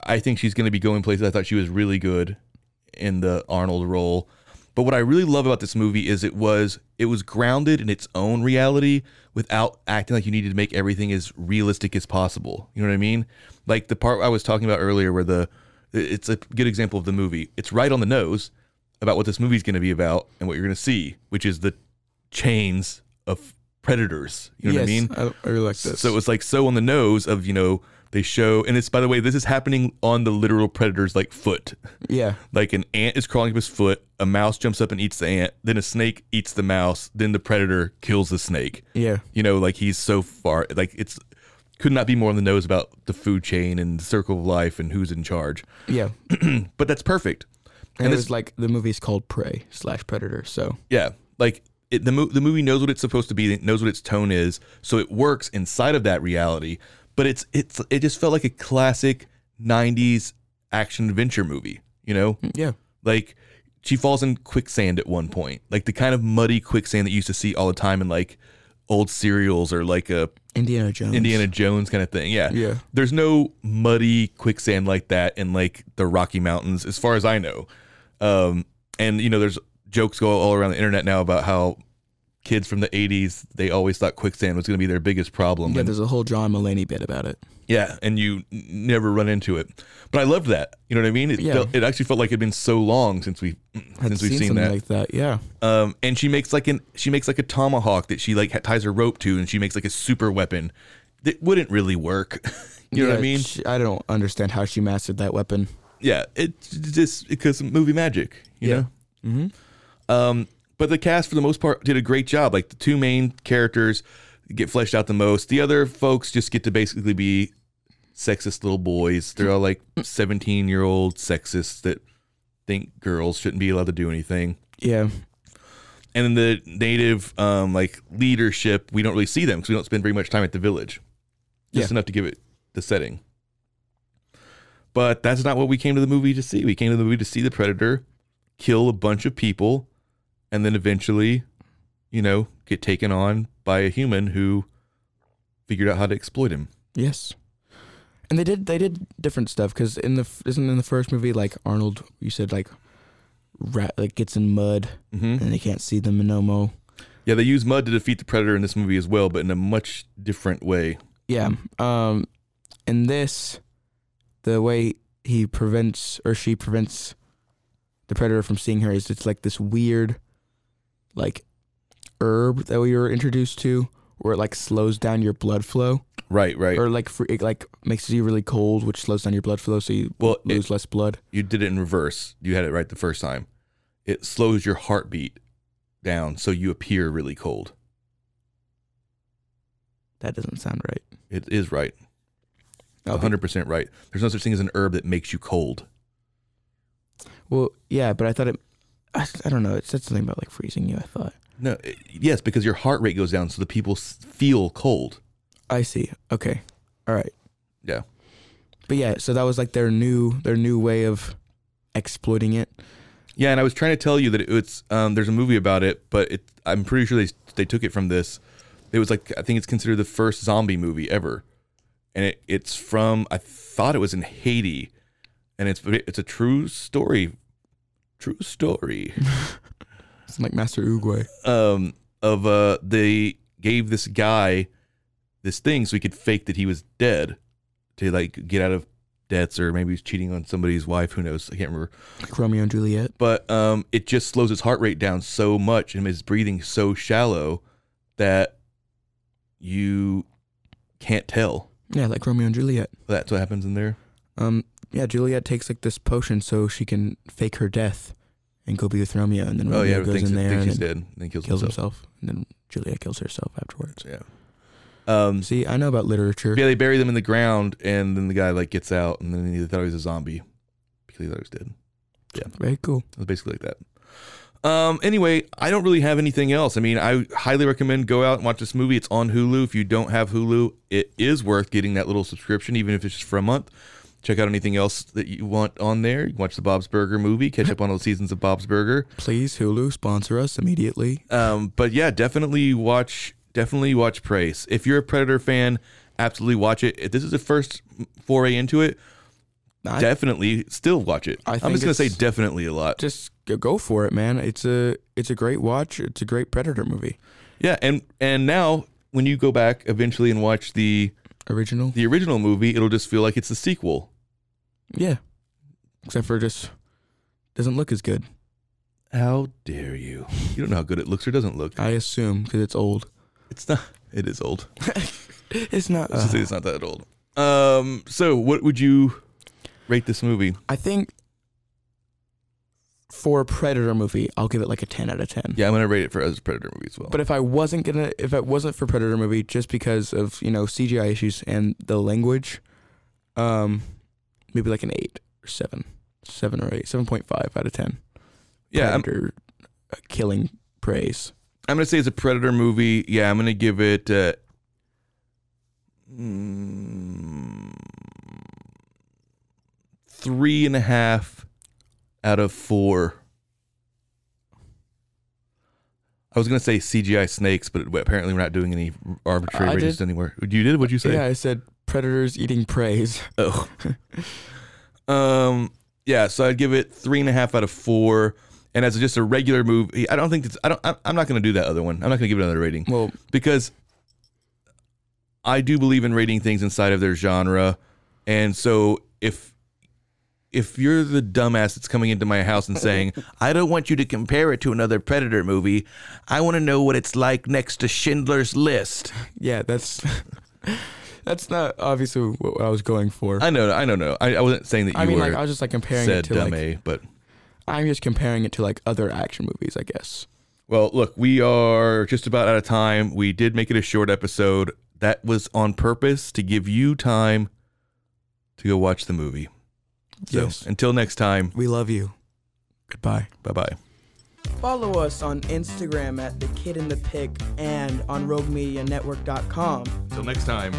S1: I think she's going to be going places. I thought she was really good in the Arnold role. But what I really love about this movie is it was it was grounded in its own reality without acting like you needed to make everything as realistic as possible. You know what I mean? Like the part I was talking about earlier where the it's a good example of the movie. It's right on the nose about what this movie's going to be about and what you're going to see, which is the chains of predators. You know
S2: Yes,
S1: what I mean?
S2: I- I really like this.
S1: So it's like so on the nose of you know they show, and it's by the way, this is happening on the literal predator's like foot.
S2: Yeah.
S1: Like an ant is crawling up his foot, a mouse jumps up and eats the ant, then a snake eats the mouse, then the predator kills the snake.
S2: Yeah.
S1: You know, like he's so far, like it's could not be more on the nose about the food chain and the circle of life and who's in charge.
S2: yeah
S1: but that's perfect.
S2: and, it
S1: this-
S2: was like the movie's called prey slash predator so
S1: yeah, like it, the, mo- the movie knows what it's supposed to be, it knows what its tone is, so it works inside of that reality. But it's it's it just felt like a classic '90s action adventure movie. You know?
S2: mm, Yeah.
S1: Like she falls in quicksand at one point, like the kind of muddy quicksand that you used to see all the time in like old serials or like a
S2: Indiana Jones.
S1: Indiana Jones kind of thing. Yeah.
S2: Yeah.
S1: There's no muddy quicksand like that in like the Rocky Mountains, as far as I know. Um, and you know, there's jokes go all around the internet now about how kids from the 80s they always thought quicksand was going to be their biggest problem.
S2: Yeah,
S1: and,
S2: there's a whole John Mulaney bit about it.
S1: yeah, and you n- never run into it. But I loved that. You know what I mean? It,
S2: Yeah.
S1: felt, it actually felt like it'd been so long since we since we've
S2: seen
S1: seen,
S2: something
S1: that.
S2: like that, yeah.
S1: Um, and she makes like an she makes like a tomahawk that she like ha- ties her rope to, and she makes like a super weapon that wouldn't really work. you know what I
S2: Yeah,
S1: mean?
S2: she- I don't understand how she mastered that weapon.
S1: yeah, it just because movie magic, you
S2: Yeah.
S1: know. Mm-hmm. Um, but the cast for the most part did a great job. Like the two main characters get fleshed out the most. The other folks just get to basically be sexist little boys. They're all like seventeen-year-old sexists that think girls shouldn't be allowed to do anything.
S2: Yeah.
S1: And then the native um, like leadership, we don't really see them because we don't spend very much time at the village, just
S2: Yeah.
S1: enough to give it the setting. But that's not what we came to the movie to see. We came to the movie to see the predator kill a bunch of people, and then eventually, you know, get taken on by a human who figured out how to exploit him.
S2: Yes. And they did they did different stuff because in the f- isn't in the first movie like Arnold you said like rat like gets in mud and they can't see the Minomo.
S1: Mm-hmm. Yeah, they use mud to defeat the predator in this movie as well, but in a much different way.
S2: Yeah.
S1: Mm-hmm.
S2: Um, in this, the way he prevents or she prevents the predator from seeing her is it's like this weird, like, herb that we were introduced to, where it like slows down your blood flow.
S1: Right, right.
S2: Or like fr- it like makes you really cold, which slows down your blood flow, so you
S1: Well,
S2: lose
S1: it-
S2: less blood.
S1: You did it in reverse. You had it right the first time. It slows your heartbeat down, so you appear really cold.
S2: That doesn't sound right.
S1: It is right.
S2: I'll be-
S1: 100% right. There's no such thing as an herb that makes you cold.
S2: Well, yeah, but I thought it. I, I don't know. It said something about like freezing you. I thought.
S1: No, it- yes, because your heart rate goes down, so the people s- feel cold.
S2: I see. Okay. All right.
S1: Yeah.
S2: But yeah, so that was like their new their new way of exploiting it.
S1: Yeah, and I was trying to tell you that it's um, there's a movie about it, but it, I'm pretty sure they they took it from this. It was like I think it's considered the first zombie movie ever, and it, it's from I thought it was in Haiti, and it's it's a true story, true story.
S2: It's like Master Uguay.
S1: um, of uh, they gave this guy this thing so he could fake that he was dead to like get out of debts or maybe he's cheating on somebody's wife. Who knows? I can't remember.
S2: Like Romeo and Juliet.
S1: But um, it just slows his heart rate down so much and his breathing so shallow that you can't tell.
S2: Yeah, like Romeo and Juliet.
S1: That's what happens in there.
S2: Um, yeah, Juliet takes like this potion so she can fake her death and go be with Romeo, and then
S1: Oh,
S2: Romeo
S1: yeah,
S2: Mm-hmm. goes
S1: thinks-
S2: in there
S1: thinks
S2: and
S1: she's
S2: then
S1: dead, and then kills
S2: himself. and then Juliet kills herself afterwards.
S1: Yeah. Um,
S2: See, I know about literature.
S1: Yeah, they bury them in the ground, and then the guy like gets out, and then he thought he was a zombie because he thought he was dead. Yeah,
S2: Very cool.
S1: It was basically like that. Um, anyway, I don't really have anything else. I mean, I highly recommend go out and watch this movie. It's on Hulu. If you don't have Hulu, it is worth getting that little subscription, even if it's just for a month. Check out anything else that you want on there. You can watch the Bob's Burger movie, catch up on all the seasons of Bob's Burger.
S2: Please, Hulu, sponsor us immediately.
S1: Um, but yeah, definitely watch definitely watch Praise. If you're a Predator fan, absolutely watch it. If this is the first foray into it,
S2: I-
S1: definitely still watch it. I am
S2: think
S1: just gonna say
S2: it's-
S1: definitely a lot.
S2: Just go- go for it, man. It's a it's a great watch. It's a great Predator movie.
S1: Yeah, and and now when you go back eventually and watch the
S2: original
S1: the original movie, it'll just feel like it's the sequel.
S2: Yeah. Except for just doesn't look as good.
S1: How dare you? You don't know how good it looks or doesn't look.
S2: I assume because it's old.
S1: It's not. It is old.
S2: it's not.
S1: Let's just say
S2: uh,
S1: it's not that old. Um. So, what would you rate this movie?
S2: I think for a Predator movie, I'll give it like a ten out of ten.
S1: Yeah, I'm gonna rate it for as a Predator movie as well.
S2: But if I wasn't gonna, if it wasn't for Predator movie, just because of you know CGI issues and the language, um, maybe like an eight or seven, seven or eight, seven point five out of ten.
S1: Yeah, I'm-
S2: Predator uh, killing praise.
S1: I'm gonna say it's a Predator movie. Yeah, I'm gonna give it. Uh, mm, Three and a half out of four. I was gonna say CGI snakes, but apparently we're not doing any arbitrary
S2: I
S1: ratings
S2: did.
S1: anywhere. You did? What'd you say?
S2: Yeah, I said predators eating preys.
S1: Oh. Um, yeah, so I'd give it three and a half out of four. And as just a regular movie, I don't think it's. I don't. I'm I'm not going to do that other one. I'm not going to give it another rating.
S2: Well,
S1: because I do believe in rating things inside of their genre, and so if if you're the dumbass that's coming into my house and saying I don't want you to compare it to another Predator movie, I want to know what it's like next to Schindler's List.
S2: Yeah, that's that's not obviously what I was going for.
S1: I know. I don't know. I, I wasn't saying that you
S2: I mean,
S1: were.
S2: like, I was just, like, comparing it
S1: said
S2: to,
S1: dumb
S2: like-
S1: A, but
S2: I'm just comparing it to like other action movies, I guess.
S1: Well, look, we are just about out of time. We did make it a short episode. That was on purpose to give you time to go watch the movie. So
S2: Yes.
S1: until next time,
S2: we love you. Goodbye.
S1: Bye bye.
S10: Follow us on Instagram at the Kid in the Pick and on RogueMediaNetwork.com.
S1: Until next time.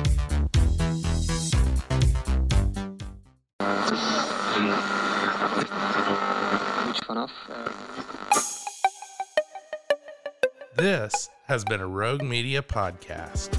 S11: This has been a Rogue Media podcast.